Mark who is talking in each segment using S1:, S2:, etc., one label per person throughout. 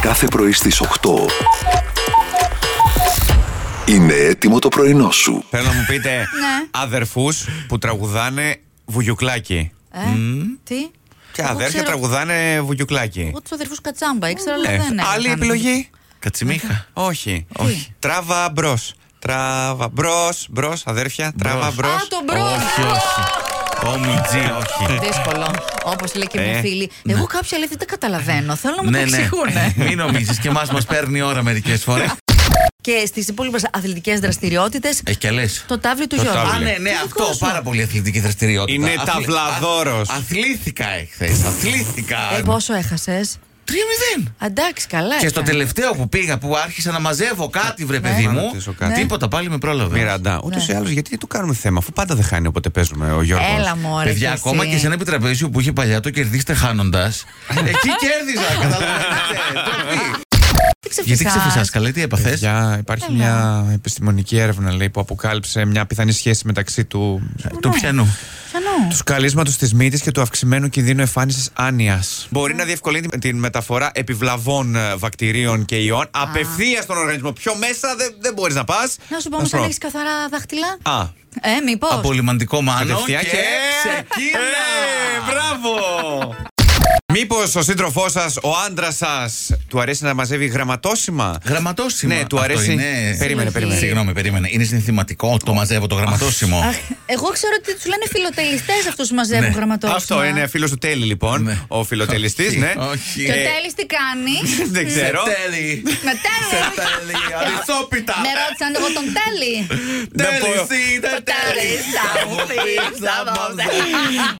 S1: κάθε πρωί στις 8. Είναι έτοιμο το πρωινό σου.
S2: Θέλω να μου πείτε
S3: Ναι.
S2: αδερφούς που τραγουδάνε βουγιουκλάκι.
S3: Ε, Τι.
S2: Και
S3: Εγώ
S2: αδέρφια
S3: ξέρω-
S2: τραγουδάνε βουγιουκλάκι.
S3: Εγώ τους αδερφούς Κατσάμπα ήξερα, αλλά
S2: Ναι.
S3: δεν έκανα.
S2: Άλλη επιλογή.
S4: Κατσιμίχα.
S2: Όχι.
S3: Όχι.
S2: Τράβα μπρος. Τράβα μπρος. Μπρος, αδέρφια. Τράβα
S4: Μπρος.
S2: μπρο.
S3: Α, τον μπρος.
S4: Όχι, όχι. Όμιτζι, όχι.
S3: Δύσκολο. Όπως λέει και
S2: Ε,
S3: μια φίλη.
S4: ναι.
S3: Εγώ κάποια αλήθεια δεν τα καταλαβαίνω. Θέλω να μου τα εξηγούν.
S4: Μην νομίζεις και εμάς μας παίρνει ώρα μερικές φορές.
S3: Και στις υπόλοιπες αθλητικές δραστηριότητες.
S4: Έχει και λες.
S3: Το τάβλι του
S2: Το
S3: Γιώργου.
S2: τάβλι.
S4: Α, ναι,
S3: Το
S4: ναι,
S3: δικό
S4: αυτό
S3: σου.
S4: πάρα πολύ αθλητική δραστηριότητα.
S2: Είναι
S4: Αθλη-
S2: ταυλαδόρος.
S4: α- Αθλήθηκα εχθές. Αθλήθηκα.
S3: Ε, πόσο έχασες.
S4: 3-0.
S3: Αντάξει, καλά.
S4: Και στο
S3: έκανε.
S4: τελευταίο που πήγα, που άρχισα να μαζεύω κάτι, βρε παιδί
S2: Να
S4: μου.
S2: ρωτήσω κάτι.
S4: Ναι. Τίποτα πάλι με πρόλαβες.
S3: Ναι.
S2: Μιραντά. Ούτως ή άλλως, γιατί του κάνουμε θέμα, αφού πάντα δεν χάνει όποτε παίζουμε ο Γιώργος.
S3: Έλα μου, ωραία.
S4: Παιδιά, ακόμα και σε ένα επιτραπέζιο που είχε παλιά το κερδίστε χάνοντας. εκεί κέρδιζα, καταλαβαίνετε. Ντροπή. Γιατί ξεφυσά, καλέ, τι έπαθες.
S2: Παιδιά, υπάρχει μια επιστημονική έρευνα λέει, που αποκάλυψε μια πιθανή σχέση μεταξύ του,
S4: Του πιανού.
S2: του σκαλίσματο της μύτης και του αυξημένου κινδύνου εμφάνισης άνοιας. Μπορεί να διευκολύνει την μεταφορά επιβλαβών ε, βακτηρίων και ιών απευθείας στον οργανισμό. Πιο μέσα δεν, δεν μπορείς να πας.
S3: Να σου πω όμως αν έχει καθαρά δάχτυλα.
S2: Α,
S3: Ε, μήπως.
S4: Απολυμαντικό μάνο.
S2: Κατευθείαν και-
S4: ξεκίνα.
S2: Ε,
S4: Μπράβο.
S2: Μήπως ο σύντροφός σας, ο άντρας σας, του αρέσει να μαζεύει γραμματόσημα.
S4: Γραμματόσημο.
S2: Ναι, του
S4: Αυτό
S2: αρέσει.
S4: είναι-
S2: Περίμενε, περίμενε.
S4: Συγγνώμη, περίμενε. Είναι συνθηματικό το μαζεύω το γραμματόσημο.
S3: Εγώ ξέρω ότι τους λένε φιλοτελιστές αυτούς που μαζεύουν
S4: Ναι.
S3: γραμματόσημα.
S2: Αυτό είναι φίλος του Τέλη, λοιπόν.
S4: Ναι.
S2: Ο φιλοτελιστής,
S4: Όχι,
S2: ναι.
S4: όχι.
S3: Και ο Τέλης τι κάνει.
S2: Δεν ξέρω.
S4: Τέλει.
S3: Με τέλει.
S4: Αρισόπιτα.
S3: Με ρώτησαν εγώ τον τέλει. Τέλει. θα μου πεις, θα μου πεις.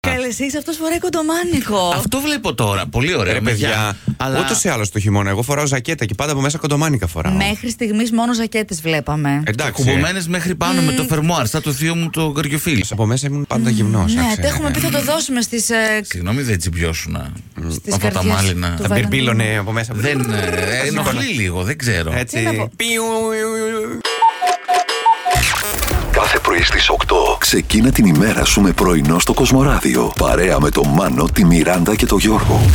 S3: Καλέ, εσύ αυτός φοράει κοντομάνικο.
S4: Αυτό βλέπω τώρα. Πολύ ωραίο.
S2: Ρε παιδιά,
S4: Αλλά...
S2: ούτως ή άλλως το χειμώνα. Εγώ φοράω ζακέτα και πάντα από μέσα κοντομάνικα φοράω.
S3: Μέχρι στιγμής μόνο ζακέτες βλέπαμε.
S2: Εντάξει.
S4: Κουμπωμένες μέχρι πάνω με το φερμοάρ, σαν το θείο μου το καριοφίλι.
S2: Από μέσα ήμουν πάντα γυμνός.
S3: Ναι, το έχουμε πει θα το δώσουμε ε, στι.
S4: Συγγνώμη, δεν τσιμπιώσουνα.
S3: Στις
S4: Αυτά τα
S3: καρδιές
S4: μάλινα.
S3: του
S2: Τα
S3: βάλαμε.
S2: μπιρμπίλωνε από μέσα.
S4: Δεν. ε, Ενοχλεί λίγο, δεν ξέρω.
S3: Τι να
S2: Έτσι.
S3: πω.
S2: Πιου.
S1: Κάθε πρωί στις 8. Ξεκίνα την ημέρα σου με πρωινό στο Κοσμοράδιο. Παρέα με τον Μάνο, τη Μιράντα και τον Γιώργο.